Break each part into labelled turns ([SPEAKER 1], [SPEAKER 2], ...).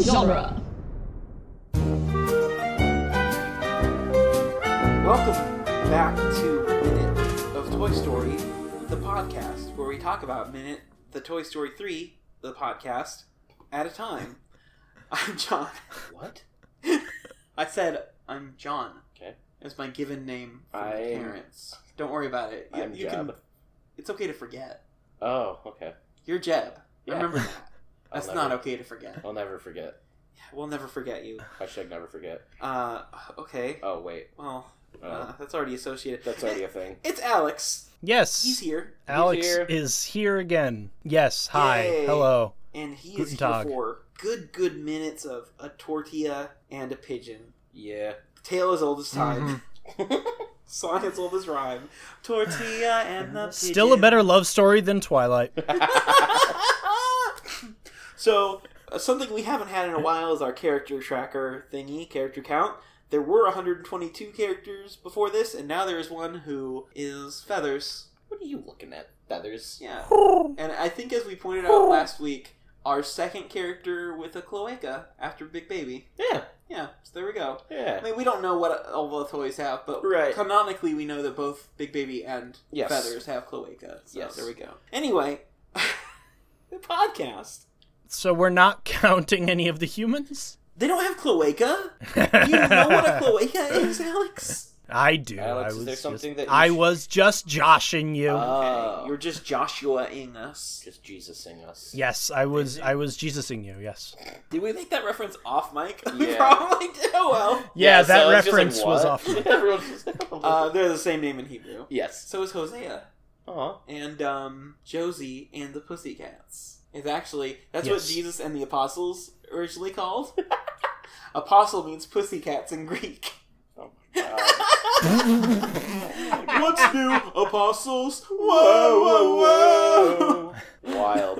[SPEAKER 1] genre.
[SPEAKER 2] Welcome back to Minute of Toy Story, the podcast where we talk about Minute, the Toy Story 3, the podcast, at a time. I'm John.
[SPEAKER 3] What?
[SPEAKER 2] I said I'm John.
[SPEAKER 3] Okay.
[SPEAKER 2] It's my given name from my
[SPEAKER 3] I'm-
[SPEAKER 2] parents. Don't worry about it.
[SPEAKER 3] I'm Jeb.
[SPEAKER 2] it's okay to forget.
[SPEAKER 3] Oh, okay.
[SPEAKER 2] You're Jeb.
[SPEAKER 3] Yeah.
[SPEAKER 2] Remember that.
[SPEAKER 3] I'll
[SPEAKER 2] That's
[SPEAKER 3] never-
[SPEAKER 2] not okay to forget.
[SPEAKER 3] I'll never forget.
[SPEAKER 2] We'll never forget you.
[SPEAKER 3] I should never forget.
[SPEAKER 2] Uh, okay.
[SPEAKER 3] Oh wait,
[SPEAKER 2] Well,
[SPEAKER 3] uh,
[SPEAKER 2] uh, that's already associated.
[SPEAKER 3] that's already a thing.
[SPEAKER 2] It's Alex.
[SPEAKER 4] Yes.
[SPEAKER 2] He's here.
[SPEAKER 4] Alex
[SPEAKER 3] here.
[SPEAKER 4] is here again. Yes. Hi.
[SPEAKER 2] Yay.
[SPEAKER 4] Hello.
[SPEAKER 2] and he is here
[SPEAKER 4] Guten Tag.
[SPEAKER 2] for good good minutes of a tortilla and a pigeon
[SPEAKER 3] Yeah.
[SPEAKER 2] tale as old as time
[SPEAKER 4] Mm-hmm.
[SPEAKER 2] song as old as rhyme tortilla and the pigeon.
[SPEAKER 4] Still a better love story than Twilight.
[SPEAKER 2] so uh, something we haven't had in a while is our character tracker thingy character count there were 122 characters before this and now there is one who is feathers
[SPEAKER 3] what are you looking at? Feathers.
[SPEAKER 2] yeah and i think as we pointed out last week our second character with a cloaca after big baby
[SPEAKER 3] Yeah.
[SPEAKER 2] yeah so there we go I
[SPEAKER 3] Yeah.
[SPEAKER 2] mean, we don't know what all the toys have, but
[SPEAKER 3] Right.
[SPEAKER 2] canonically, we know that both Big Baby and
[SPEAKER 3] Yes.
[SPEAKER 2] Feathers have cloaca. So
[SPEAKER 3] Yes.
[SPEAKER 2] there we go. Anyway, the podcast.
[SPEAKER 4] So we're not counting any of the humans?
[SPEAKER 2] They don't have cloaca. Do you know what a cloaca is, Alex?
[SPEAKER 4] I do.
[SPEAKER 3] Alex,
[SPEAKER 4] I
[SPEAKER 3] is
[SPEAKER 4] was
[SPEAKER 3] there something
[SPEAKER 4] just,
[SPEAKER 3] that you
[SPEAKER 4] I
[SPEAKER 3] should-
[SPEAKER 4] was just joshing you.
[SPEAKER 3] Oh.
[SPEAKER 2] Okay, Uh, you're just Joshua-ing us.
[SPEAKER 3] Just Jesusing us.
[SPEAKER 4] yes, I was I was Jesusing you. Yes.
[SPEAKER 2] Did we make that reference off mic? We
[SPEAKER 3] Yeah.
[SPEAKER 2] probably did. Oh, well.
[SPEAKER 4] Yeah,
[SPEAKER 3] so
[SPEAKER 4] that
[SPEAKER 3] it's just like,
[SPEAKER 4] reference was
[SPEAKER 3] what?
[SPEAKER 4] off.
[SPEAKER 3] Everyone's just-
[SPEAKER 2] Uh, they're the same name in Hebrew.
[SPEAKER 3] yes.
[SPEAKER 2] So is Hosea.
[SPEAKER 3] Aw. Uh,
[SPEAKER 2] and um, Josie and the Pussycats. It's actually that's what
[SPEAKER 4] Yes.
[SPEAKER 2] Jesus and the apostles originally called. Apostle means pussycats in Greek.
[SPEAKER 3] Oh my god.
[SPEAKER 2] What's new, apostles?
[SPEAKER 3] whoa, whoa, whoa. Wild.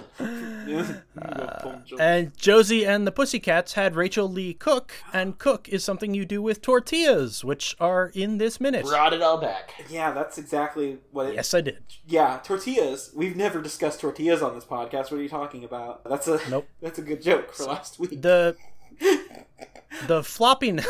[SPEAKER 4] And Josie and the Pussycats had Rachel Lee Cook, and cook is something you do with tortillas, which are in this minute.
[SPEAKER 3] Brought it all back.
[SPEAKER 2] yeah, that's exactly what it.
[SPEAKER 4] Yes, I did.
[SPEAKER 2] Yeah, tortillas. We've never discussed tortillas on this podcast. What are you talking about? That's a
[SPEAKER 4] Nope.
[SPEAKER 2] That's a good joke for last week.
[SPEAKER 4] the the floppiness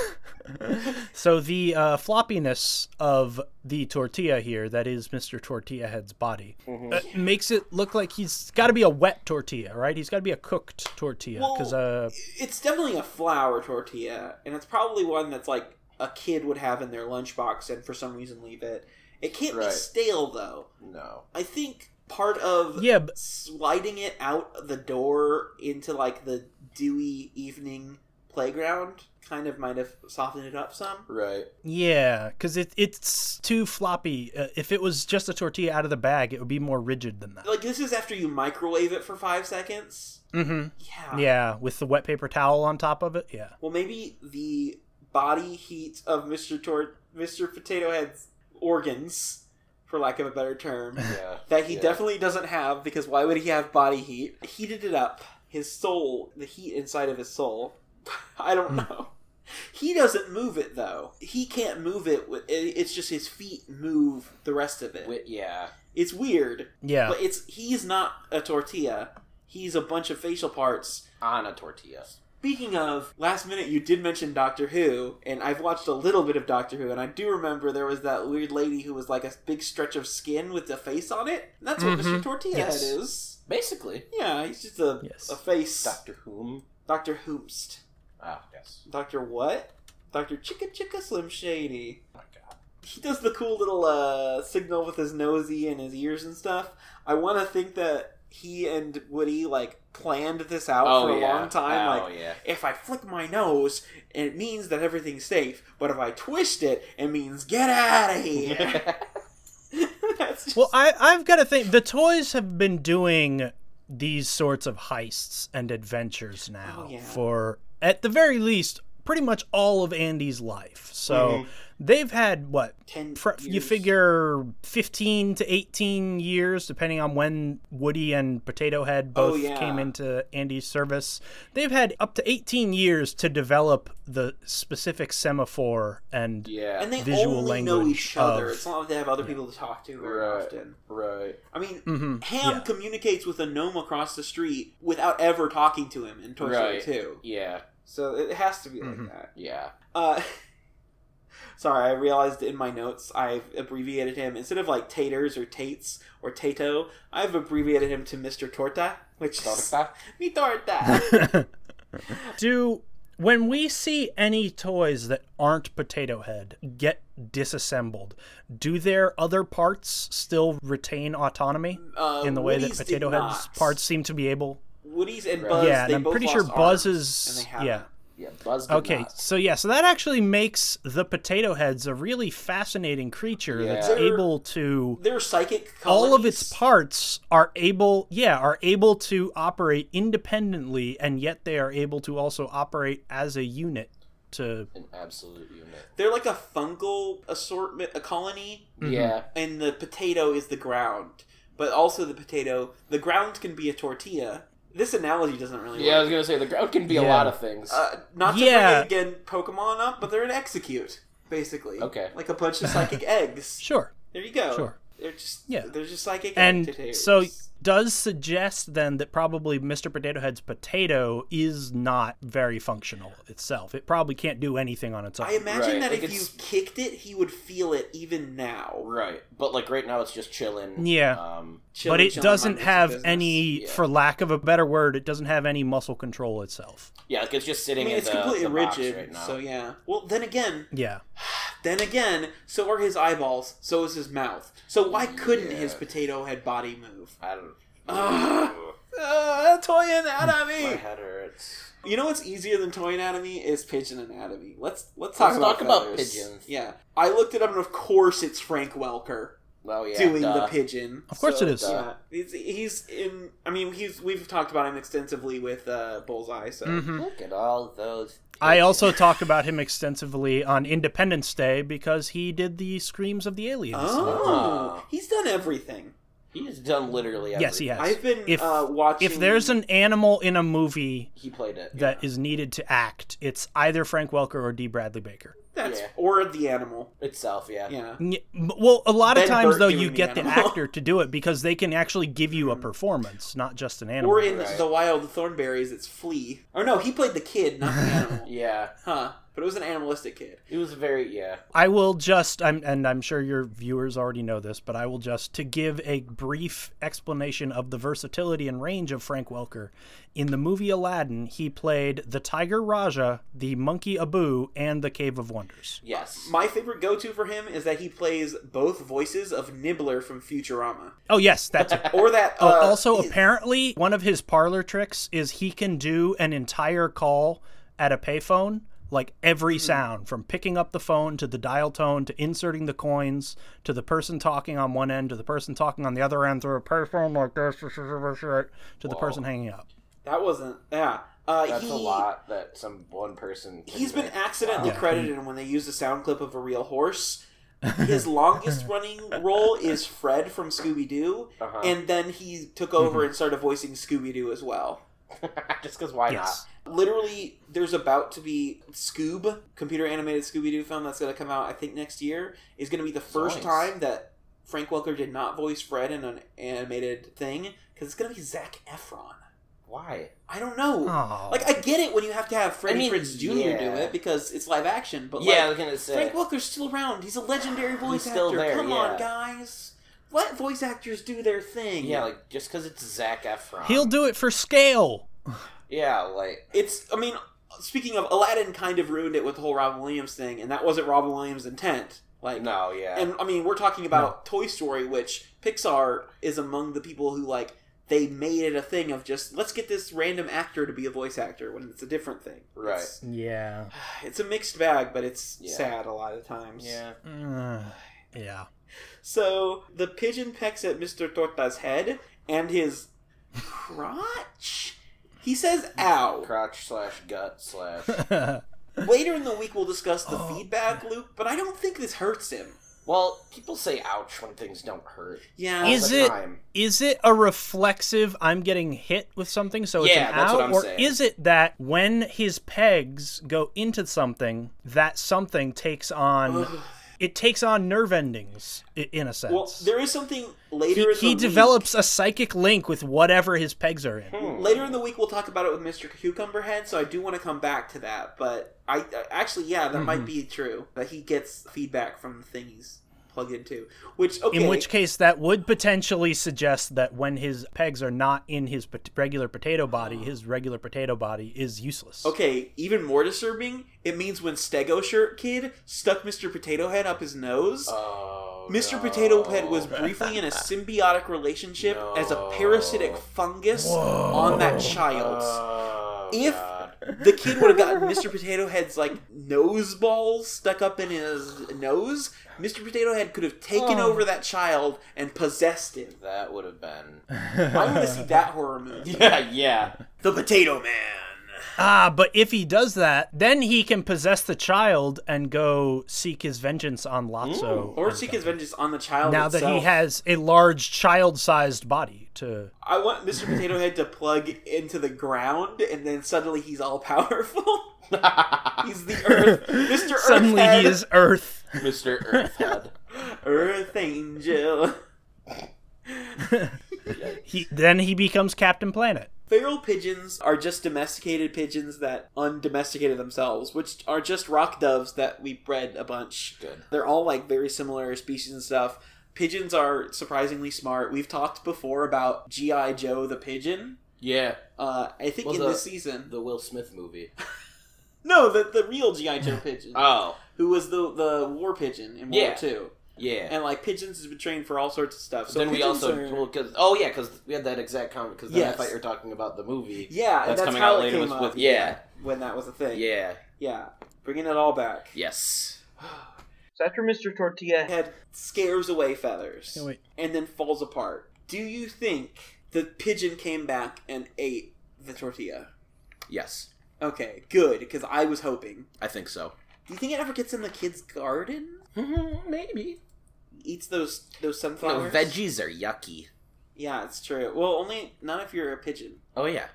[SPEAKER 4] so the uh, floppiness of the tortilla here that is mr tortilla head's body uh, makes it look like he's got to be a wet tortilla right he's got to be a cooked tortilla because uh,
[SPEAKER 2] it's definitely a flour tortilla, and it's probably one that's like a kid would have in their lunchbox and for some reason leave it. It can't be
[SPEAKER 3] Right.
[SPEAKER 2] stale though.
[SPEAKER 3] No.
[SPEAKER 2] I think part of
[SPEAKER 4] yeah b-
[SPEAKER 2] sliding it out the door into like the dewy evening playground kind of might have softened it up some.
[SPEAKER 3] Right.
[SPEAKER 4] yeah because it, it's too floppy uh, if it was just a tortilla out of the bag it would be more rigid than that
[SPEAKER 2] Like this is after you microwave it for five seconds.
[SPEAKER 4] hmm
[SPEAKER 2] Yeah.
[SPEAKER 4] yeah with the wet paper towel on top of it yeah
[SPEAKER 2] Well, maybe the body heat of Mr. Tor- Mr. Potato Head's organs, for lack of a better term,
[SPEAKER 3] Yeah.
[SPEAKER 2] that he
[SPEAKER 3] Yeah.
[SPEAKER 2] definitely doesn't have because why would he have body heat? Heated it up. His soul, the heat inside of his soul. I don't know. He doesn't move it though. He can't move it. with- it- It's just his feet move the rest of it.
[SPEAKER 3] Wi- yeah.
[SPEAKER 2] It's weird,
[SPEAKER 4] yeah
[SPEAKER 2] but it's he's not a tortilla. He's a bunch of facial parts
[SPEAKER 3] On a tortilla.
[SPEAKER 2] Speaking of, last minute you did mention Doctor Who, and I've watched a little bit of Doctor Who, and I do remember there was that weird lady who was like a big stretch of skin with a face on it. And that's what
[SPEAKER 3] Mm-hmm.
[SPEAKER 2] Mr.
[SPEAKER 4] Mhm.
[SPEAKER 2] Tortilla
[SPEAKER 4] Yes.
[SPEAKER 2] Head is.
[SPEAKER 3] Basically.
[SPEAKER 2] Yeah, he's just a,
[SPEAKER 4] Yes.
[SPEAKER 2] a face.
[SPEAKER 3] Doctor Whom.
[SPEAKER 2] Doctor Hoomst.
[SPEAKER 3] Ah, yes.
[SPEAKER 2] Doctor what? Doctor Chicka Chicka Slim Shady.
[SPEAKER 3] Oh my god.
[SPEAKER 2] He does the cool little uh, signal with his nosy and his ears and stuff. I want to think that he and Woody like planned this out for a
[SPEAKER 3] yeah.
[SPEAKER 2] long time.
[SPEAKER 3] Oh
[SPEAKER 2] like
[SPEAKER 3] yeah.
[SPEAKER 2] if I flick my nose, it means that everything's safe. But if I twist it, it means get out of here. That's just-
[SPEAKER 4] Well, I, I've got to think. The toys have been doing these sorts of heists and adventures now
[SPEAKER 2] Oh, yeah.
[SPEAKER 4] for, at the very least, pretty much all of Andy's life. So they've had what?
[SPEAKER 2] ten.
[SPEAKER 4] Pr- you
[SPEAKER 2] Mm-hmm. years.
[SPEAKER 4] figure 15 to 18 years, depending on when Woody and Potato Head
[SPEAKER 2] Oh,
[SPEAKER 4] both
[SPEAKER 2] yeah.
[SPEAKER 4] came into Andy's service. They've had up to 18 years to develop the specific semaphore and
[SPEAKER 3] yeah.
[SPEAKER 2] and they
[SPEAKER 4] visual
[SPEAKER 2] only know
[SPEAKER 4] language
[SPEAKER 2] each other.
[SPEAKER 4] of-
[SPEAKER 2] It's not like they have other people to talk to very
[SPEAKER 3] Right.
[SPEAKER 2] often.
[SPEAKER 3] right.
[SPEAKER 2] I mean,
[SPEAKER 4] Mhm,
[SPEAKER 2] Ham
[SPEAKER 4] yeah.
[SPEAKER 2] communicates with a gnome across the street without ever talking to him in Toy
[SPEAKER 3] Right.
[SPEAKER 2] Story Two.
[SPEAKER 3] Yeah.
[SPEAKER 2] So it has to be like
[SPEAKER 4] Mhm.
[SPEAKER 2] that.
[SPEAKER 3] Yeah.
[SPEAKER 2] Uh, sorry, I realized in my notes I've abbreviated him instead of like Taters or Tates or Tato. I've abbreviated him to Mister Torta, which is
[SPEAKER 3] Torta.
[SPEAKER 2] mi torta.
[SPEAKER 4] Do when we see any toys that aren't Potato Head get disassembled, do their other parts still retain autonomy
[SPEAKER 2] Uh,
[SPEAKER 4] in the way
[SPEAKER 2] Woody's
[SPEAKER 4] that Potato
[SPEAKER 2] did
[SPEAKER 4] Head's
[SPEAKER 2] not.
[SPEAKER 4] parts seem to be able?
[SPEAKER 2] Woody's and
[SPEAKER 3] Right.
[SPEAKER 2] Buzz.
[SPEAKER 4] yeah, and
[SPEAKER 2] they
[SPEAKER 4] I'm
[SPEAKER 2] both
[SPEAKER 4] pretty sure
[SPEAKER 2] lost
[SPEAKER 4] Buzz
[SPEAKER 2] arms,
[SPEAKER 4] is
[SPEAKER 2] and they haven't.
[SPEAKER 4] yeah.
[SPEAKER 3] Yeah. Buzz. Did
[SPEAKER 4] Okay,
[SPEAKER 3] Not.
[SPEAKER 4] so yeah, so that actually makes the Potato Head's a really fascinating creature
[SPEAKER 3] Yeah.
[SPEAKER 4] that's
[SPEAKER 2] They're-
[SPEAKER 4] able to
[SPEAKER 2] They're psychic. Colonies.
[SPEAKER 4] all of its parts are able yeah are able to operate independently and yet they are able to also operate as a unit to
[SPEAKER 3] An absolute unit.
[SPEAKER 2] They're like a fungal assortment, a colony,
[SPEAKER 4] Mhm.
[SPEAKER 3] Yeah.
[SPEAKER 2] and the potato is the ground. But also the potato, the ground can be a tortilla. This analogy doesn't really
[SPEAKER 3] Yeah, I
[SPEAKER 2] work.
[SPEAKER 3] was gonna say the ground can be a
[SPEAKER 4] Yeah.
[SPEAKER 3] lot of things.
[SPEAKER 2] Uh, not to bring
[SPEAKER 4] Yeah.
[SPEAKER 2] it again Pokemon up, but they're an execute basically.
[SPEAKER 3] Okay.
[SPEAKER 2] like a bunch of psychic eggs.
[SPEAKER 4] sure
[SPEAKER 2] There you go.
[SPEAKER 4] Sure.
[SPEAKER 2] They're just
[SPEAKER 4] Yeah.
[SPEAKER 2] They're just psychic egg
[SPEAKER 4] and
[SPEAKER 2] potatoes.
[SPEAKER 4] so does suggest then that probably Mr. Potato Head's potato is not very functional itself. It probably can't do anything on its own.
[SPEAKER 2] I imagine
[SPEAKER 3] Right,
[SPEAKER 2] that
[SPEAKER 3] like
[SPEAKER 2] if
[SPEAKER 3] it's-
[SPEAKER 2] you kicked it, he would feel it even now.
[SPEAKER 3] right. But like right now, it's just chilling.
[SPEAKER 4] Yeah.
[SPEAKER 3] Um.
[SPEAKER 2] Chilling,
[SPEAKER 4] but it
[SPEAKER 2] chilling,
[SPEAKER 4] doesn't
[SPEAKER 2] minding its
[SPEAKER 4] have
[SPEAKER 2] business.
[SPEAKER 4] any,
[SPEAKER 3] yeah.
[SPEAKER 4] for lack of a better word, it doesn't have any muscle control itself.
[SPEAKER 3] Yeah. Like it's just
[SPEAKER 2] I
[SPEAKER 3] sitting
[SPEAKER 2] mean,
[SPEAKER 3] in
[SPEAKER 2] it's
[SPEAKER 3] the,
[SPEAKER 2] completely
[SPEAKER 3] the box
[SPEAKER 2] rigid.
[SPEAKER 3] right now.
[SPEAKER 2] So yeah. Well, then again,
[SPEAKER 4] Yeah.
[SPEAKER 2] Then again, so are his eyeballs, so is his mouth. So why couldn't
[SPEAKER 3] Yeah.
[SPEAKER 2] his potato head body move?
[SPEAKER 3] I don't.
[SPEAKER 2] Ugh. Uh, toy
[SPEAKER 3] my
[SPEAKER 2] anatomy.
[SPEAKER 3] head hurts.
[SPEAKER 2] you know what's easier than toy anatomy is pigeon anatomy. Let's let's talk
[SPEAKER 3] Let's
[SPEAKER 2] about
[SPEAKER 3] talk about
[SPEAKER 2] feathers.
[SPEAKER 3] pigeons.
[SPEAKER 2] Yeah, I looked it up, and of course it's Frank Welker
[SPEAKER 3] Well, yeah.
[SPEAKER 2] doing
[SPEAKER 3] duh.
[SPEAKER 2] the pigeon.
[SPEAKER 4] Of course
[SPEAKER 2] So,
[SPEAKER 4] it is.
[SPEAKER 2] Yeah, he's, he's in. I mean, he's we've talked about him extensively with uh, Bullseye. So
[SPEAKER 4] Mhm.
[SPEAKER 3] Look at all those.
[SPEAKER 4] I also talked about him extensively on Independence Day because he did the Screams of the Aliens.
[SPEAKER 2] oh, he's done everything.
[SPEAKER 3] He's done literally. Everything.
[SPEAKER 4] Yes, he has.
[SPEAKER 2] I've been
[SPEAKER 4] If-
[SPEAKER 2] uh, watching.
[SPEAKER 4] If there's an animal in a movie
[SPEAKER 3] He played it.
[SPEAKER 4] that is needed to act, it's either Frank Welker or D. Bradley Baker.
[SPEAKER 2] that's
[SPEAKER 3] Yeah.
[SPEAKER 2] or the animal.
[SPEAKER 3] itself. Yeah.
[SPEAKER 2] Yeah.
[SPEAKER 4] N- Well, a lot of
[SPEAKER 2] Ben
[SPEAKER 4] times
[SPEAKER 2] Burt
[SPEAKER 4] though,
[SPEAKER 2] doing
[SPEAKER 4] you
[SPEAKER 2] the
[SPEAKER 4] get the
[SPEAKER 2] animal. Hmm.
[SPEAKER 4] actor to do it because they can actually give you a performance, not just an animal.
[SPEAKER 2] Or in
[SPEAKER 3] Right.
[SPEAKER 2] the wild thornberries, it's flea. Or no, he played the kid, not the animal.
[SPEAKER 3] Yeah.
[SPEAKER 2] huh? But it was an animalistic kid.
[SPEAKER 3] It was very. Yeah.
[SPEAKER 4] I will just, I'm, and I'm sure your viewers already know this, but I will just to give a brief explanation of the versatility and range of Frank Welker. In the movie Aladdin, he played the Tiger Raja, the Monkey Abu, and the Cave of Wonders.
[SPEAKER 3] Yes.
[SPEAKER 2] My favorite go-to for him is that he plays both voices of Nibbler from Futurama,
[SPEAKER 4] Oh yes, that's it.
[SPEAKER 2] or that.
[SPEAKER 4] Oh,
[SPEAKER 2] uh,
[SPEAKER 4] also,
[SPEAKER 2] he-
[SPEAKER 4] apparently, one of his parlor tricks is he can do an entire call at a payphone, like every
[SPEAKER 2] Hmm.
[SPEAKER 4] sound from picking up the phone to the dial tone to inserting the coins to the person talking on one end to the person talking on the other end through a payphone like this to the person hanging up.
[SPEAKER 2] that wasn't. Yeah, uh,
[SPEAKER 3] That's
[SPEAKER 2] he,
[SPEAKER 3] a lot that some one person. Can
[SPEAKER 2] He's been
[SPEAKER 3] make.
[SPEAKER 2] accidentally
[SPEAKER 4] Wow.
[SPEAKER 2] credited when they used a sound clip of a real horse. His longest running role is Fred from Scooby Doo,
[SPEAKER 3] Uh-huh.
[SPEAKER 2] and then he took over and started voicing Scooby Doo as well.
[SPEAKER 3] Just because why
[SPEAKER 4] Yes.
[SPEAKER 2] literally there's about to be Scoob, computer animated Scooby Doo film that's going to come out I think next year is going to be the first
[SPEAKER 3] Nice.
[SPEAKER 2] time that Frank Welker did not voice Fred in an animated thing because it's going to be Zach Efron.
[SPEAKER 3] not? Why?
[SPEAKER 2] I don't know.
[SPEAKER 4] Oh,
[SPEAKER 2] Like I get it when you have to have Freddie
[SPEAKER 3] I mean,
[SPEAKER 2] Prinze Jr.
[SPEAKER 3] yeah.
[SPEAKER 2] do it because it's live action, but
[SPEAKER 3] yeah, I
[SPEAKER 2] like,
[SPEAKER 3] was gonna say.
[SPEAKER 2] Frank Welker's still around. He's a legendary voice
[SPEAKER 3] still
[SPEAKER 2] actor.
[SPEAKER 3] there,
[SPEAKER 2] Come
[SPEAKER 3] yeah.
[SPEAKER 2] on, guys. Let voice actors do their thing.
[SPEAKER 3] yeah, like just because it's Zach Efron.
[SPEAKER 4] he'll do it for scale.
[SPEAKER 3] Yeah, like
[SPEAKER 2] it's i mean speaking of aladdin kind of ruined it with the whole robin williams thing and that wasn't robin williams intent like
[SPEAKER 3] no, yeah.
[SPEAKER 2] and i mean we're talking about toy story which pixar is among the people who like they made it a thing of just let's get this random actor to be a voice actor when it's a different thing
[SPEAKER 3] Right.
[SPEAKER 2] it's,
[SPEAKER 4] Yeah.
[SPEAKER 2] it's a mixed bag but it's
[SPEAKER 3] Yeah.
[SPEAKER 2] sad a lot of times
[SPEAKER 3] yeah.
[SPEAKER 4] Mm. yeah.
[SPEAKER 2] so the pigeon pecks at mr torta's head and his crotch he says ow
[SPEAKER 3] Crotch slash gut slash.
[SPEAKER 2] Later in the week, we'll discuss the
[SPEAKER 4] Oh.
[SPEAKER 2] feedback loop, but I don't think this hurts him.
[SPEAKER 3] well, people say ouch when things don't hurt.
[SPEAKER 2] Yeah,
[SPEAKER 3] all
[SPEAKER 4] Is
[SPEAKER 2] but-
[SPEAKER 3] the
[SPEAKER 4] it-
[SPEAKER 3] time.
[SPEAKER 4] is it a reflexive i'm getting hit with something so it's
[SPEAKER 3] Yeah,
[SPEAKER 4] an
[SPEAKER 3] that's
[SPEAKER 4] out
[SPEAKER 3] what I'm
[SPEAKER 4] or
[SPEAKER 3] saying.
[SPEAKER 4] is it that when his pegs go into something that something takes on
[SPEAKER 2] Ugh.
[SPEAKER 4] it takes on nerve endings i- in a sense.
[SPEAKER 2] Well, there is something later.
[SPEAKER 4] he
[SPEAKER 2] in the
[SPEAKER 4] he
[SPEAKER 2] week-
[SPEAKER 4] develops a psychic link with whatever his pegs are in.
[SPEAKER 2] Later in the week, we'll talk about it with Mr. Cucumber Head, so I do want to come back to that. But I, I actually, yeah, that
[SPEAKER 4] Mm-hmm.
[SPEAKER 2] might be true. That he gets feedback from the thing he's plugged into. Which, okay.
[SPEAKER 4] In which case, that would potentially suggest that when his pegs are not in his pot- regular potato body, his regular potato body is useless.
[SPEAKER 2] Okay, even more disturbing, it means when Stego Shirt Kid stuck Mr. Potato Head up his nose,
[SPEAKER 3] Oh,
[SPEAKER 2] Mr.
[SPEAKER 3] no.
[SPEAKER 2] Potato Head was briefly in a symbiotic relationship as a parasitic fungus on that child.
[SPEAKER 3] Oh,
[SPEAKER 2] if
[SPEAKER 3] God.
[SPEAKER 2] the kid would have gotten Mr. Potato Head's like nose balls stuck up in his nose, Mr. Potato Head could have taken
[SPEAKER 4] Oh.
[SPEAKER 2] over that child and possessed him.
[SPEAKER 3] that would have been.
[SPEAKER 2] I want to see that horror movie.
[SPEAKER 3] Yeah, yeah.
[SPEAKER 2] The Potato Man.
[SPEAKER 4] Ah, but if he does that, then he can possess the child and go seek his vengeance on Lotso.
[SPEAKER 2] Or seek his vengeance on the child.
[SPEAKER 4] now that he
[SPEAKER 2] itself.
[SPEAKER 4] has a large child-sized body to
[SPEAKER 2] I want Mr. Potato Head to plug into the ground, and then suddenly he's all powerful. he's the Earth, Mr. Earth.
[SPEAKER 4] suddenly
[SPEAKER 2] Head.
[SPEAKER 4] he is earth
[SPEAKER 3] Mr. Earthhead.
[SPEAKER 2] Earth Angel.
[SPEAKER 4] he then he becomes captain planet
[SPEAKER 2] Feral pigeons are just domesticated pigeons that undomesticated themselves, which are just rock doves that we bred a bunch.
[SPEAKER 3] Good.
[SPEAKER 2] They're all like very similar species and stuff. Pigeons are surprisingly smart. We've talked before about G.I. Joe the pigeon.
[SPEAKER 3] Yeah,
[SPEAKER 2] Uh, I think
[SPEAKER 3] Well,
[SPEAKER 2] in
[SPEAKER 3] the-
[SPEAKER 2] this season.
[SPEAKER 3] the Will Smith movie.
[SPEAKER 2] No, the, the real G.I. Joe pigeon.
[SPEAKER 3] Oh,
[SPEAKER 2] who was the the war pigeon in World
[SPEAKER 3] Yeah.
[SPEAKER 2] War II.
[SPEAKER 3] yeah.
[SPEAKER 2] And like pigeons has been trained for all sorts of stuff. So
[SPEAKER 3] then we
[SPEAKER 2] pigeons
[SPEAKER 3] also
[SPEAKER 2] are-
[SPEAKER 3] well, 'cause- oh yeah, because we had that exact comment because
[SPEAKER 2] Yes.
[SPEAKER 3] I thought you were talking about the movie.
[SPEAKER 2] yeah, and
[SPEAKER 3] that's
[SPEAKER 2] that's
[SPEAKER 3] coming
[SPEAKER 2] how
[SPEAKER 3] out
[SPEAKER 2] it
[SPEAKER 3] later
[SPEAKER 2] came
[SPEAKER 3] with-
[SPEAKER 2] up,
[SPEAKER 3] with- yeah.
[SPEAKER 2] when that was a thing.
[SPEAKER 3] Yeah.
[SPEAKER 2] yeah, bringing it all back.
[SPEAKER 3] Yes.
[SPEAKER 2] So after Mr. Tortilla head scares away feathers
[SPEAKER 4] Hey, wait.
[SPEAKER 2] and then falls apart, do you think the pigeon came back and ate the tortilla?
[SPEAKER 3] Yes.
[SPEAKER 2] Okay, good because I was hoping.
[SPEAKER 3] I think so.
[SPEAKER 2] Do you think it ever gets in the kid's garden?
[SPEAKER 3] Maybe.
[SPEAKER 2] Eats those those
[SPEAKER 3] No,
[SPEAKER 2] sunflowers.
[SPEAKER 3] veggies are yucky.
[SPEAKER 2] Yeah, it's true. Well, only not if you're a pigeon.
[SPEAKER 3] Oh yeah.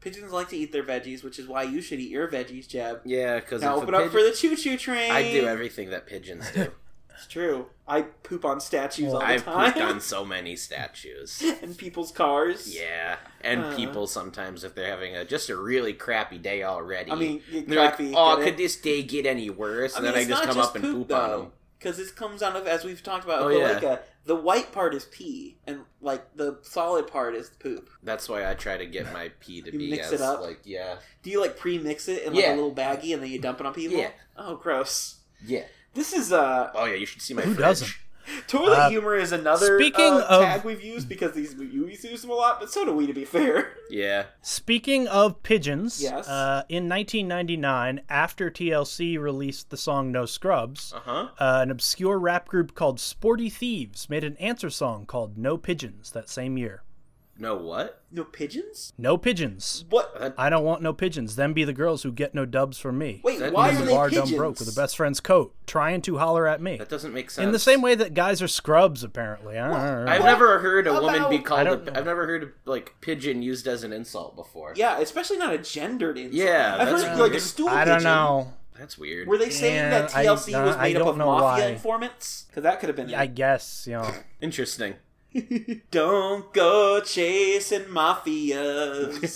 [SPEAKER 2] Pigeons like to eat their veggies, which is why you should eat your veggies, Jeb.
[SPEAKER 3] Yeah, because
[SPEAKER 2] Now open up for the choo choo train.
[SPEAKER 3] I do everything that pigeons do.
[SPEAKER 2] It's true. I poop on statues all the
[SPEAKER 3] I've
[SPEAKER 2] time.
[SPEAKER 3] pooped on so many statues.
[SPEAKER 2] and people's cars.
[SPEAKER 3] Yeah, and
[SPEAKER 2] Uh.
[SPEAKER 3] people sometimes if they're having a just a really crappy day already.
[SPEAKER 2] I mean, you
[SPEAKER 3] they're
[SPEAKER 2] crappy,
[SPEAKER 3] like, "Oh,
[SPEAKER 2] get
[SPEAKER 3] could
[SPEAKER 2] it?"
[SPEAKER 3] this day get any worse?"
[SPEAKER 2] I
[SPEAKER 3] And
[SPEAKER 2] mean,
[SPEAKER 3] then I
[SPEAKER 2] it's
[SPEAKER 3] just
[SPEAKER 2] not
[SPEAKER 3] come
[SPEAKER 2] just
[SPEAKER 3] up and
[SPEAKER 2] poop,
[SPEAKER 3] poop on
[SPEAKER 2] though,
[SPEAKER 3] them.
[SPEAKER 2] because this comes out of as we've talked about
[SPEAKER 3] Oh,
[SPEAKER 2] Opelika,
[SPEAKER 3] yeah.
[SPEAKER 2] the white part is pee, and like the solid part is poop.
[SPEAKER 3] That's why I try to get my pee to
[SPEAKER 2] You
[SPEAKER 3] be
[SPEAKER 2] mix
[SPEAKER 3] as
[SPEAKER 2] it up?
[SPEAKER 3] like yeah,
[SPEAKER 2] Do you like pre-mix it in like
[SPEAKER 3] Yeah.
[SPEAKER 2] a little baggie and then you dump it on people?
[SPEAKER 3] Yeah.
[SPEAKER 2] Oh, gross.
[SPEAKER 3] yeah.
[SPEAKER 2] This is uh
[SPEAKER 3] Oh yeah, you should see my.
[SPEAKER 4] Who
[SPEAKER 3] fridge.
[SPEAKER 4] doesn't?
[SPEAKER 2] toilet
[SPEAKER 4] Uh,
[SPEAKER 2] humor is another
[SPEAKER 4] speaking
[SPEAKER 2] uh,
[SPEAKER 4] of-
[SPEAKER 2] tag we've used because these movies use them a lot, but so do we. To be fair.
[SPEAKER 3] Yeah.
[SPEAKER 4] speaking of pigeons
[SPEAKER 2] Yes.
[SPEAKER 4] uh, in 1999 after tlc released the song no scrubs
[SPEAKER 2] Uh-huh.
[SPEAKER 3] Uh huh.
[SPEAKER 4] uh, an obscure rap group called sporty thieves made an answer song called no pigeons that same year
[SPEAKER 3] No what?
[SPEAKER 2] No pigeons?
[SPEAKER 4] no pigeons
[SPEAKER 2] What?
[SPEAKER 3] That-
[SPEAKER 4] i don't want no pigeons them be the girls who get no dubs from me
[SPEAKER 2] Wait,
[SPEAKER 3] that
[SPEAKER 2] why
[SPEAKER 4] Because
[SPEAKER 2] are
[SPEAKER 4] the
[SPEAKER 2] they
[SPEAKER 4] bar
[SPEAKER 2] pigeons?
[SPEAKER 4] dumb broke with a best friend's coat trying to holler at me
[SPEAKER 3] That doesn't make sense.
[SPEAKER 4] in the same way that guys are scrubs apparently I don't know.
[SPEAKER 3] I've never heard a woman be
[SPEAKER 2] about-
[SPEAKER 4] I
[SPEAKER 3] called.
[SPEAKER 4] don't
[SPEAKER 3] A, I've never heard like pigeon used as an insult before.
[SPEAKER 2] Yeah, especially not a gendered insult.
[SPEAKER 3] Yeah,
[SPEAKER 2] I've
[SPEAKER 3] that's
[SPEAKER 2] heard like a
[SPEAKER 3] weird.
[SPEAKER 2] stool.
[SPEAKER 4] I don't
[SPEAKER 2] pigeon.
[SPEAKER 4] know.
[SPEAKER 3] That's weird.
[SPEAKER 2] Were they saying that
[SPEAKER 4] Yeah, I
[SPEAKER 2] TLC
[SPEAKER 4] don't-
[SPEAKER 2] was
[SPEAKER 4] I
[SPEAKER 2] made up
[SPEAKER 4] don't
[SPEAKER 2] of
[SPEAKER 4] know
[SPEAKER 2] mafia
[SPEAKER 4] why.
[SPEAKER 2] informants? Because that could have been.
[SPEAKER 4] I guess you know.
[SPEAKER 3] Interesting.
[SPEAKER 2] it. don't go chasing mafias.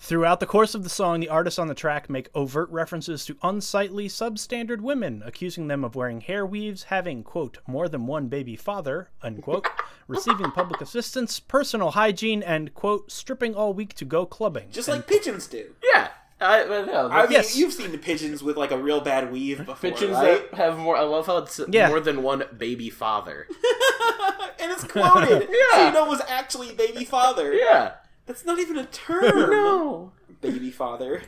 [SPEAKER 4] Throughout the course of the song, the artists on the track make overt references to unsightly, substandard women, accusing them of wearing hair weaves, having quote more than one baby father unquote, receiving public assistance, personal hygiene, and quote stripping all week to go clubbing.
[SPEAKER 2] Just like pigeons do.
[SPEAKER 3] Yeah. I, I know.
[SPEAKER 2] I mean,
[SPEAKER 4] Yes.
[SPEAKER 2] you've seen the pigeons with like a real bad weave before,
[SPEAKER 3] Pigeons
[SPEAKER 2] right?
[SPEAKER 3] that have more. I love how it's
[SPEAKER 4] Yeah.
[SPEAKER 3] more than one baby father.
[SPEAKER 2] and it's quoted. So
[SPEAKER 3] Yeah.
[SPEAKER 2] you know it was actually baby father.
[SPEAKER 3] Yeah.
[SPEAKER 2] That's not even a term.
[SPEAKER 3] No.
[SPEAKER 2] Baby father.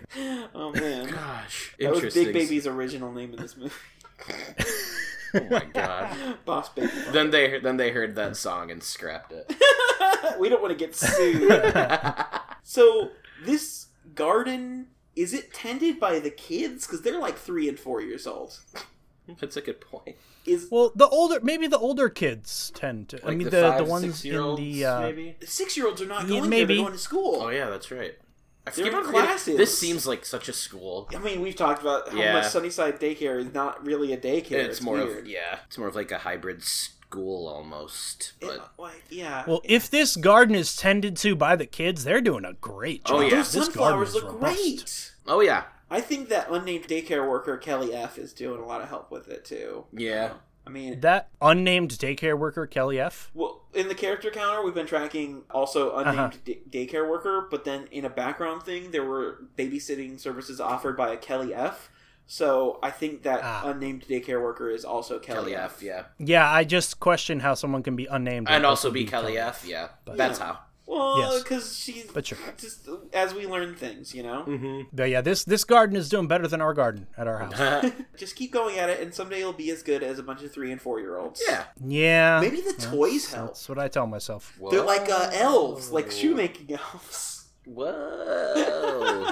[SPEAKER 2] Oh man.
[SPEAKER 3] Gosh.
[SPEAKER 2] That was
[SPEAKER 3] Interesting.
[SPEAKER 2] Big Baby's original name in this movie.
[SPEAKER 3] Oh my god.
[SPEAKER 2] Boss Baby.
[SPEAKER 3] then they then they heard that song and scrapped it.
[SPEAKER 2] we don't want to get sued. so this garden is it tended by the kids because they're like three and four years old?
[SPEAKER 3] That's a good point.
[SPEAKER 2] Is
[SPEAKER 4] well, the older maybe the older kids tend to. I
[SPEAKER 3] Like
[SPEAKER 4] mean
[SPEAKER 3] the,
[SPEAKER 4] the,
[SPEAKER 3] five,
[SPEAKER 4] ones in
[SPEAKER 3] six-year-olds,
[SPEAKER 4] the uh,
[SPEAKER 3] maybe.
[SPEAKER 2] six year olds are not
[SPEAKER 4] Yeah,
[SPEAKER 2] going there?
[SPEAKER 4] maybe.
[SPEAKER 2] They're going to school.
[SPEAKER 3] Oh yeah, that's right. I
[SPEAKER 2] They're
[SPEAKER 3] keep
[SPEAKER 2] in
[SPEAKER 3] on forgetting-
[SPEAKER 2] classes.
[SPEAKER 3] This seems like such a school.
[SPEAKER 2] I mean, we've talked about how
[SPEAKER 3] Yeah.
[SPEAKER 2] much Sunnyside Daycare is not really a daycare.
[SPEAKER 3] it's, more
[SPEAKER 2] weird.
[SPEAKER 3] of yeah, it's more of like a hybrid school almost.
[SPEAKER 2] It-
[SPEAKER 3] But
[SPEAKER 2] like, yeah.
[SPEAKER 4] Well, if this garden is tended to by the kids, they're doing a great job.
[SPEAKER 3] Oh, yeah.
[SPEAKER 2] Those
[SPEAKER 3] this
[SPEAKER 2] sunflowers look
[SPEAKER 4] robust.
[SPEAKER 2] great.
[SPEAKER 3] oh yeah,
[SPEAKER 2] I think that unnamed daycare worker Kelly F is doing a lot of help with it too.
[SPEAKER 3] yeah.
[SPEAKER 2] I mean,
[SPEAKER 4] That unnamed daycare worker Kelly F.
[SPEAKER 2] well, in the character counter, we've been tracking also unnamed
[SPEAKER 4] Uh-huh.
[SPEAKER 2] da- daycare worker, but then in a background thing, there were babysitting services offered by a Kelly F. So I think that
[SPEAKER 4] Ah.
[SPEAKER 2] unnamed daycare worker is also Kelly,
[SPEAKER 3] Kelly F. Yeah,
[SPEAKER 4] Yeah, I just question how someone can be unnamed
[SPEAKER 3] and
[SPEAKER 4] but
[SPEAKER 3] also be
[SPEAKER 4] be
[SPEAKER 3] Kelly F. Yeah, that's how.
[SPEAKER 2] Well,
[SPEAKER 4] Yes.
[SPEAKER 2] because she's
[SPEAKER 4] But sure.
[SPEAKER 2] just as we learn things, you know.
[SPEAKER 3] Mm-hmm.
[SPEAKER 4] But yeah, this this garden is doing better than our garden at our house.
[SPEAKER 2] Just keep going at it, and someday you'll be as good as a bunch of three and four year olds.
[SPEAKER 3] yeah.
[SPEAKER 4] yeah,
[SPEAKER 2] Maybe the toys help.
[SPEAKER 4] that's what I tell myself.
[SPEAKER 2] They're like uh, elves, like shoemaking elves.
[SPEAKER 3] Whoa.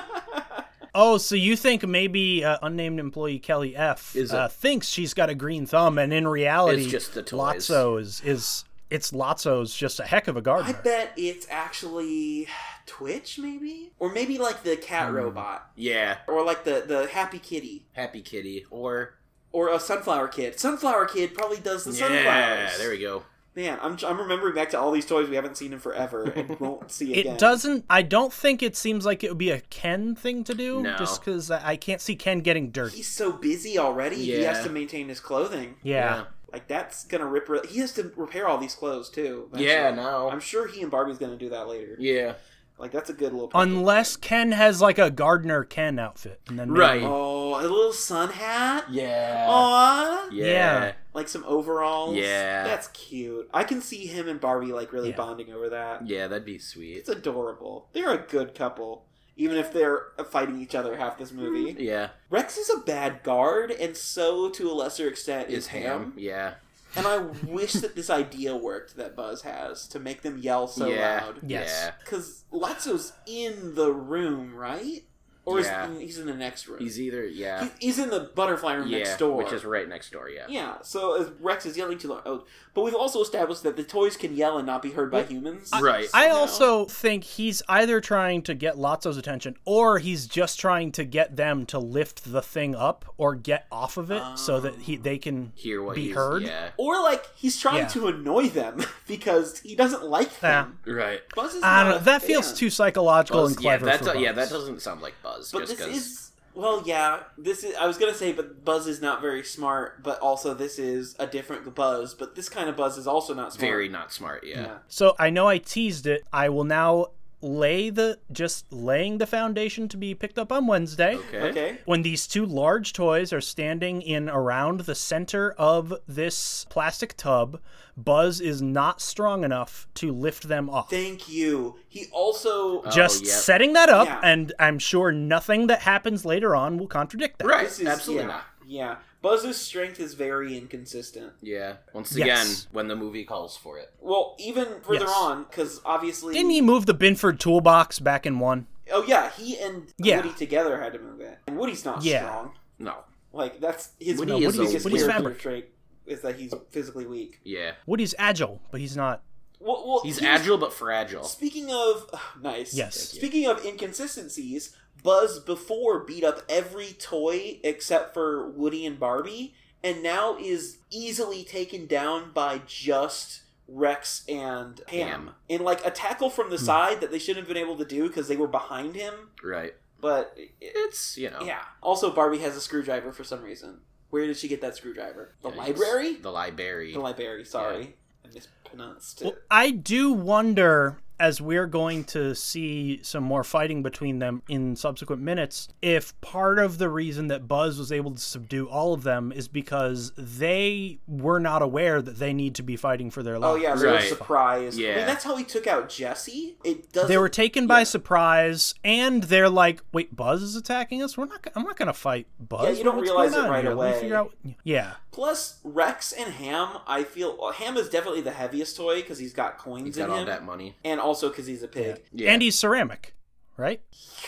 [SPEAKER 4] Oh, so you think maybe uh, unnamed employee Kelly F.
[SPEAKER 3] Is
[SPEAKER 4] uh,
[SPEAKER 3] a-
[SPEAKER 4] thinks she's got a green thumb, and in reality,
[SPEAKER 3] It's just the toys.
[SPEAKER 4] Lotso is is it's Lotso's just a heck of a
[SPEAKER 2] I
[SPEAKER 4] gardener.
[SPEAKER 2] bet it's actually Twitch, maybe, or maybe like the cat
[SPEAKER 4] Hmm.
[SPEAKER 2] robot,
[SPEAKER 3] yeah.
[SPEAKER 2] or like the the happy kitty,
[SPEAKER 3] Happy Kitty or
[SPEAKER 2] or a sunflower kid. Sunflower kid probably does the
[SPEAKER 3] yeah.
[SPEAKER 2] sunflowers.
[SPEAKER 3] There we go.
[SPEAKER 2] Man, I'm I'm remembering back to all these toys we haven't seen in forever and won't see
[SPEAKER 4] It
[SPEAKER 2] again.
[SPEAKER 4] doesn't. I don't think it seems like it would be a Ken thing to do,
[SPEAKER 3] No.
[SPEAKER 4] just because I I can't see Ken getting dirty.
[SPEAKER 2] He's so busy already. He
[SPEAKER 3] Yeah.
[SPEAKER 2] has to maintain his clothing.
[SPEAKER 4] yeah.
[SPEAKER 2] Like that's gonna rip. He has to repair all these clothes too.
[SPEAKER 3] Yeah. Yeah.
[SPEAKER 2] eventually.
[SPEAKER 3] No.
[SPEAKER 2] I'm sure he and Barbie's gonna do that later.
[SPEAKER 3] yeah.
[SPEAKER 2] Like that's a good little.
[SPEAKER 4] Unless Ken has like a gardener Ken outfit, and then maybe-
[SPEAKER 3] Right.
[SPEAKER 2] Oh, a little sun hat.
[SPEAKER 3] Yeah.
[SPEAKER 2] Aw.
[SPEAKER 3] Yeah.
[SPEAKER 2] Like some overalls.
[SPEAKER 3] Yeah.
[SPEAKER 2] That's cute. I can see him and Barbie like really
[SPEAKER 4] Yeah.
[SPEAKER 2] bonding over that.
[SPEAKER 3] Yeah, that'd be sweet.
[SPEAKER 2] It's adorable. They're a good couple. Even if they're fighting each other half this movie,
[SPEAKER 3] Yeah.
[SPEAKER 2] Rex is a bad guard, and so to a lesser extent is,
[SPEAKER 3] Is ham. Yeah.
[SPEAKER 2] And I wish that this idea worked that Buzz has to make them yell so
[SPEAKER 3] yeah.
[SPEAKER 2] loud.
[SPEAKER 4] Yes.
[SPEAKER 3] Yeah.
[SPEAKER 2] Because Lotso's in the room, right? Or is
[SPEAKER 3] Yeah.
[SPEAKER 2] he's in the next room?
[SPEAKER 3] He's either yeah.
[SPEAKER 2] He- he's in the butterfly room
[SPEAKER 3] yeah.
[SPEAKER 2] next door.
[SPEAKER 3] Which is right next door, yeah.
[SPEAKER 2] yeah, so as Rex is yelling too loud. Oh, but we've also established that the toys can yell and not be heard by humans.
[SPEAKER 3] Right.
[SPEAKER 4] I
[SPEAKER 2] somehow.
[SPEAKER 4] also think he's either trying to get Lotso's attention or he's just trying to get them to lift the thing up or get off of it so that he they can
[SPEAKER 3] Hear what
[SPEAKER 4] Be
[SPEAKER 3] he's-
[SPEAKER 4] heard?
[SPEAKER 3] Yeah.
[SPEAKER 2] Or, like, he's trying
[SPEAKER 4] Yeah.
[SPEAKER 2] to annoy them because he doesn't like them.
[SPEAKER 3] Right.
[SPEAKER 2] Buzz is not
[SPEAKER 4] I don't know.
[SPEAKER 2] a
[SPEAKER 4] That feels
[SPEAKER 2] fan.
[SPEAKER 4] too psychological
[SPEAKER 3] Buzz-
[SPEAKER 4] and clever.
[SPEAKER 3] yeah,
[SPEAKER 4] for
[SPEAKER 3] that do- yeah,
[SPEAKER 4] Buzz.
[SPEAKER 3] that doesn't sound like Buzz
[SPEAKER 2] But
[SPEAKER 3] just
[SPEAKER 2] this
[SPEAKER 3] 'cause-
[SPEAKER 2] is well, yeah. This is I was gonna say, but Buzz is not very smart. But also, this is a different Buzz. But this kind of Buzz is also not smart.
[SPEAKER 3] very not smart, yeah.
[SPEAKER 2] Yeah.
[SPEAKER 4] So I know I teased it. I will now lay the just laying the foundation to be picked up on Wednesday.
[SPEAKER 3] Okay.
[SPEAKER 2] Okay.
[SPEAKER 4] When these two large toys are standing in around the center of this plastic tub, Buzz is not strong enough to lift them up.
[SPEAKER 2] Thank you. He also
[SPEAKER 4] just
[SPEAKER 3] Oh, yep.
[SPEAKER 4] setting that up
[SPEAKER 2] Yeah.
[SPEAKER 4] and i'm sure nothing that happens later on will contradict that
[SPEAKER 3] Right.
[SPEAKER 2] this is
[SPEAKER 3] Absolutely
[SPEAKER 2] yeah,
[SPEAKER 3] not.
[SPEAKER 2] Yeah. Buzz's strength is very inconsistent.
[SPEAKER 3] Yeah. Once again,
[SPEAKER 4] Yes.
[SPEAKER 3] when the movie calls for it.
[SPEAKER 2] Well, even further
[SPEAKER 4] Yes.
[SPEAKER 2] on, because obviously,
[SPEAKER 4] didn't he move the binford toolbox back in one
[SPEAKER 2] oh yeah, he and
[SPEAKER 4] Yeah.
[SPEAKER 2] Woody together had to move it, and Woody's not
[SPEAKER 4] Yeah.
[SPEAKER 2] strong.
[SPEAKER 3] No.
[SPEAKER 2] Like that's his
[SPEAKER 3] Woody
[SPEAKER 2] no,
[SPEAKER 3] is
[SPEAKER 2] Woody's
[SPEAKER 3] a-
[SPEAKER 2] biggest
[SPEAKER 4] Woody's
[SPEAKER 2] character
[SPEAKER 4] fabric.
[SPEAKER 2] trait is that he's physically weak.
[SPEAKER 3] Yeah.
[SPEAKER 4] woody's agile but he's not
[SPEAKER 2] Well, well
[SPEAKER 3] He's
[SPEAKER 2] he was-
[SPEAKER 3] agile but fragile.
[SPEAKER 2] Speaking of nice,
[SPEAKER 4] Yes. Thank
[SPEAKER 2] Speaking of inconsistencies, Buzz before beat up every toy except for Woody and Barbie, and now is easily taken down by just Rex and Ham,
[SPEAKER 3] Ham.
[SPEAKER 2] in like a tackle from
[SPEAKER 3] Hmm.
[SPEAKER 2] the side that they shouldn't have been able to do because they were behind him.
[SPEAKER 3] Right.
[SPEAKER 2] But it,
[SPEAKER 3] It's, you know.
[SPEAKER 2] yeah. Also, Barbie has a screwdriver for some reason. Where did she get that screwdriver? The
[SPEAKER 3] Yeah, he's-
[SPEAKER 2] library.
[SPEAKER 3] The library.
[SPEAKER 2] The library. Sorry, I mispronounced it.
[SPEAKER 4] well, i do wonder as we're going to see some more fighting between them in subsequent minutes if part of the reason that buzz was able to subdue all of them is because they were not aware that they need to be fighting for their
[SPEAKER 2] Oh
[SPEAKER 4] lives
[SPEAKER 2] yeah, they were
[SPEAKER 3] Right.
[SPEAKER 2] surprised. I mean,
[SPEAKER 3] Yeah.
[SPEAKER 2] that's how he took out Jesse. It doesn't.
[SPEAKER 4] they were taken by
[SPEAKER 2] yeah.
[SPEAKER 4] surprise and they're like wait buzz is attacking us we're not go- i'm not gonna fight buzz
[SPEAKER 2] Yeah, you don't
[SPEAKER 4] What's
[SPEAKER 2] realize
[SPEAKER 4] going
[SPEAKER 2] it
[SPEAKER 4] on
[SPEAKER 2] right
[SPEAKER 4] here? Let me
[SPEAKER 2] away.
[SPEAKER 4] figure out- yeah
[SPEAKER 2] Plus Rex and Ham. I feel well, Ham is definitely the heaviest toy because he's got coins
[SPEAKER 3] He's
[SPEAKER 2] in
[SPEAKER 3] got all
[SPEAKER 2] him,
[SPEAKER 3] that money.
[SPEAKER 2] and also because he's a pig.
[SPEAKER 3] Yeah.
[SPEAKER 4] and he's ceramic right?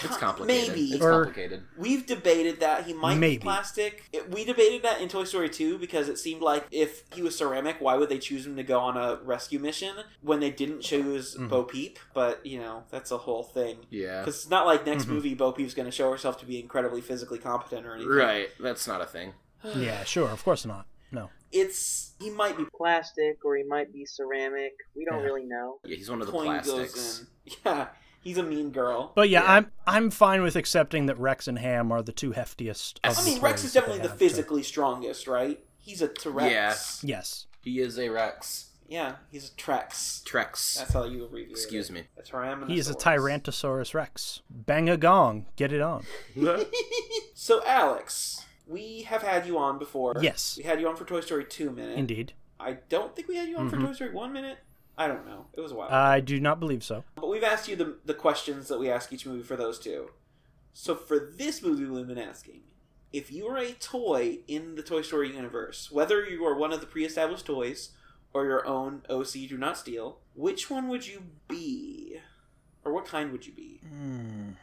[SPEAKER 3] It's complicated.
[SPEAKER 2] Maybe.
[SPEAKER 3] It's
[SPEAKER 4] Or-
[SPEAKER 3] complicated.
[SPEAKER 2] We've debated that he might
[SPEAKER 4] Maybe.
[SPEAKER 2] be plastic. It- we debated that in Toy Story 2 because it seemed like if he was ceramic, why would they choose him to go on a rescue mission when they didn't choose
[SPEAKER 4] Mhm.
[SPEAKER 2] Bo Peep? But, you know, that's a whole thing.
[SPEAKER 3] Yeah.
[SPEAKER 2] Because it's not like next
[SPEAKER 4] Mhm.
[SPEAKER 2] movie Bo Peep's going to show herself to be incredibly physically competent or anything.
[SPEAKER 3] Right. That's not a thing.
[SPEAKER 4] Yeah, sure, of course not. No.
[SPEAKER 2] It's. He might be.
[SPEAKER 1] plastic or he might be ceramic. We don't
[SPEAKER 4] Yeah.
[SPEAKER 1] really know.
[SPEAKER 3] Yeah, he's one of the
[SPEAKER 2] coin
[SPEAKER 3] plastics.
[SPEAKER 2] goes in. Yeah. He's a mean girl.
[SPEAKER 4] But yeah,
[SPEAKER 3] Yeah.
[SPEAKER 4] I'm I'm fine with accepting that Rex and Ham are the two heftiest. Of
[SPEAKER 2] I
[SPEAKER 4] the
[SPEAKER 2] mean, Rex
[SPEAKER 4] toys
[SPEAKER 2] is
[SPEAKER 4] that they
[SPEAKER 2] definitely the
[SPEAKER 4] have, so-
[SPEAKER 2] physically strongest, right? He's a T-Rex.
[SPEAKER 4] Yes.
[SPEAKER 3] He is a Rex.
[SPEAKER 2] Yeah, he's a Trex.
[SPEAKER 3] Trex.
[SPEAKER 2] That's how you abbreviate
[SPEAKER 3] Excuse
[SPEAKER 2] it.
[SPEAKER 3] me.
[SPEAKER 2] A Tyrannosaurus.
[SPEAKER 4] He is a Tyrantosaurus Rex. Bang a gong. Get it on.
[SPEAKER 2] So, Alex, we have had you on before.
[SPEAKER 4] Yes.
[SPEAKER 2] We had you on for Toy Story 2 minute.
[SPEAKER 4] Indeed.
[SPEAKER 2] I don't think we had you on
[SPEAKER 4] Mhm.
[SPEAKER 2] for Toy Story 1 minute. I don't know. It was a while.
[SPEAKER 4] I do not believe so.
[SPEAKER 2] but we've asked you the, the questions that we ask each movie for those two. So, for this movie, we've been asking if you were a toy in the Toy Story universe, whether you are one of the pre established toys or your own OC Do Not Steal, which one would you be? Or what kind would you be?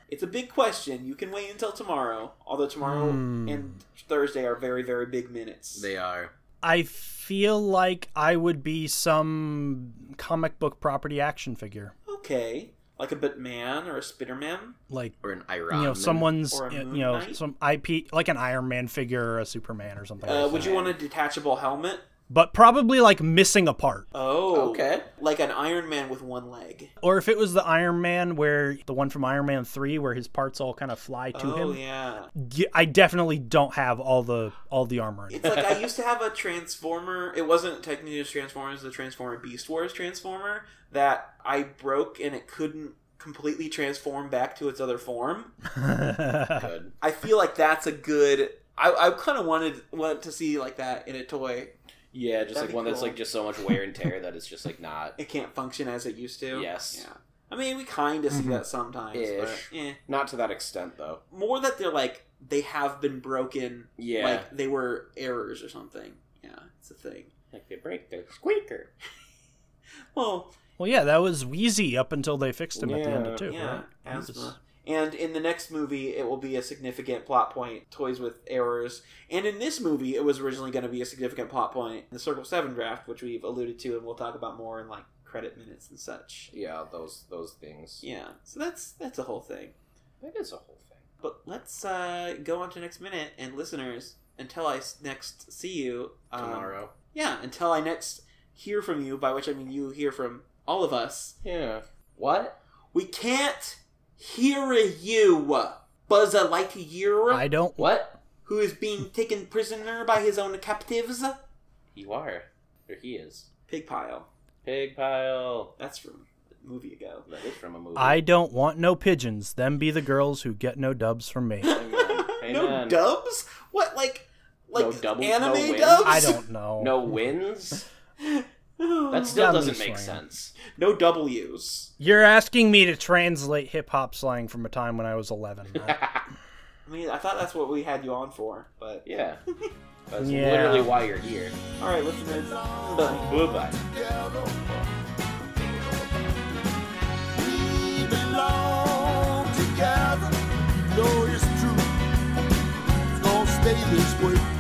[SPEAKER 2] It's a big question. You can wait until tomorrow. Although tomorrow
[SPEAKER 4] Hmm.
[SPEAKER 2] and Thursday are very, very big minutes.
[SPEAKER 3] They are.
[SPEAKER 4] I feel like I would be some comic book property action figure,
[SPEAKER 2] okay. Like a Batman or a Spiderman?
[SPEAKER 4] like
[SPEAKER 3] Or an Iron.
[SPEAKER 4] you know
[SPEAKER 3] Man.
[SPEAKER 4] someone's
[SPEAKER 2] Or a
[SPEAKER 4] you
[SPEAKER 2] Moon
[SPEAKER 4] know
[SPEAKER 2] Knight?
[SPEAKER 4] some IP like an Iron Man figure or a Superman or something.
[SPEAKER 2] Uh,
[SPEAKER 4] like
[SPEAKER 2] would
[SPEAKER 4] that.
[SPEAKER 2] you want a detachable helmet?
[SPEAKER 4] But probably like missing a part.
[SPEAKER 2] Oh.
[SPEAKER 3] Okay.
[SPEAKER 2] Like an Iron Man with one leg.
[SPEAKER 4] Or if it was the Iron Man where the one from Iron Man 3 where his parts all kind of fly to
[SPEAKER 2] oh,
[SPEAKER 4] him.
[SPEAKER 2] yeah.
[SPEAKER 4] Yeah, I definitely don't have all the all the armor. In it.
[SPEAKER 2] It's like I used to have a Transformer. It wasn't technically a Transformer, it was the Transformer Beast Wars Transformer that I broke and it couldn't completely transform back to its other form.
[SPEAKER 3] Good.
[SPEAKER 2] I feel like that's a good. I, I kind of wanted want to see like that in a toy.
[SPEAKER 3] Yeah, just
[SPEAKER 2] That'd
[SPEAKER 3] like
[SPEAKER 2] be
[SPEAKER 3] one that's
[SPEAKER 2] cool.
[SPEAKER 3] like just so much wear and tear that it's just like not
[SPEAKER 2] It can't function as it used to.
[SPEAKER 3] Yes. Mm-hmm.
[SPEAKER 2] Yeah. I mean, we kind of see
[SPEAKER 4] Mhm.
[SPEAKER 2] that sometimes,
[SPEAKER 3] Ish.
[SPEAKER 2] but eh.
[SPEAKER 3] not to that extent though.
[SPEAKER 2] more that they're like they have been broken.
[SPEAKER 3] Yeah. Like,
[SPEAKER 2] Like they were errors or something. Yeah, it's a thing.
[SPEAKER 3] they break their squeaker.
[SPEAKER 2] Well,
[SPEAKER 4] well, yeah, that was Wheezy up until they fixed him at the end of
[SPEAKER 3] Yeah,
[SPEAKER 4] two.
[SPEAKER 2] yeah,
[SPEAKER 4] right? He was-
[SPEAKER 2] asthma. And in the next movie, it will be a significant plot point. Toys with errors. And in this movie, it was originally going to be a significant plot point. The Circle Seven draft, which we've alluded to, and we'll talk about more in like credit minutes and such.
[SPEAKER 3] Yeah, those those things.
[SPEAKER 2] Yeah, so that's that's a whole thing.
[SPEAKER 3] That is a whole thing.
[SPEAKER 2] But let's uh, go on to next minute and listeners. Until I s- next see you um,
[SPEAKER 3] Tomorrow.
[SPEAKER 2] Yeah, until I next hear from you, by which I mean you hear from all of us.
[SPEAKER 3] yeah. What?
[SPEAKER 2] We can't hear you, Buzz a like
[SPEAKER 4] I don't.
[SPEAKER 3] What?
[SPEAKER 2] who is being taken prisoner by his own captives.
[SPEAKER 3] You are. Or he is.
[SPEAKER 2] Pig pile.
[SPEAKER 3] Pig pile.
[SPEAKER 2] That's from a movie ago.
[SPEAKER 3] That is from a movie.
[SPEAKER 4] I don't want no pigeons. Them be the girls who get no dubs from me.
[SPEAKER 3] Amen.
[SPEAKER 2] No
[SPEAKER 3] Amen.
[SPEAKER 2] dubs? What like like
[SPEAKER 3] No double- no
[SPEAKER 2] anime
[SPEAKER 3] wins?
[SPEAKER 2] dubs?
[SPEAKER 4] I don't know.
[SPEAKER 3] No wins? That
[SPEAKER 2] That's
[SPEAKER 3] still
[SPEAKER 4] Gotta be
[SPEAKER 3] doesn't make
[SPEAKER 4] slang.
[SPEAKER 3] sense.
[SPEAKER 2] no W's.
[SPEAKER 4] You're asking me to translate hip hop slang from a time when I was 11. right?
[SPEAKER 2] I mean, I thought that's what we had you on for, but
[SPEAKER 3] yeah. That's
[SPEAKER 4] Yeah.
[SPEAKER 3] literally why you're here.
[SPEAKER 2] all right, listeners. Bye.
[SPEAKER 3] Bye bye.
[SPEAKER 5] We belong together. You know it's true. It's gonna stay this way.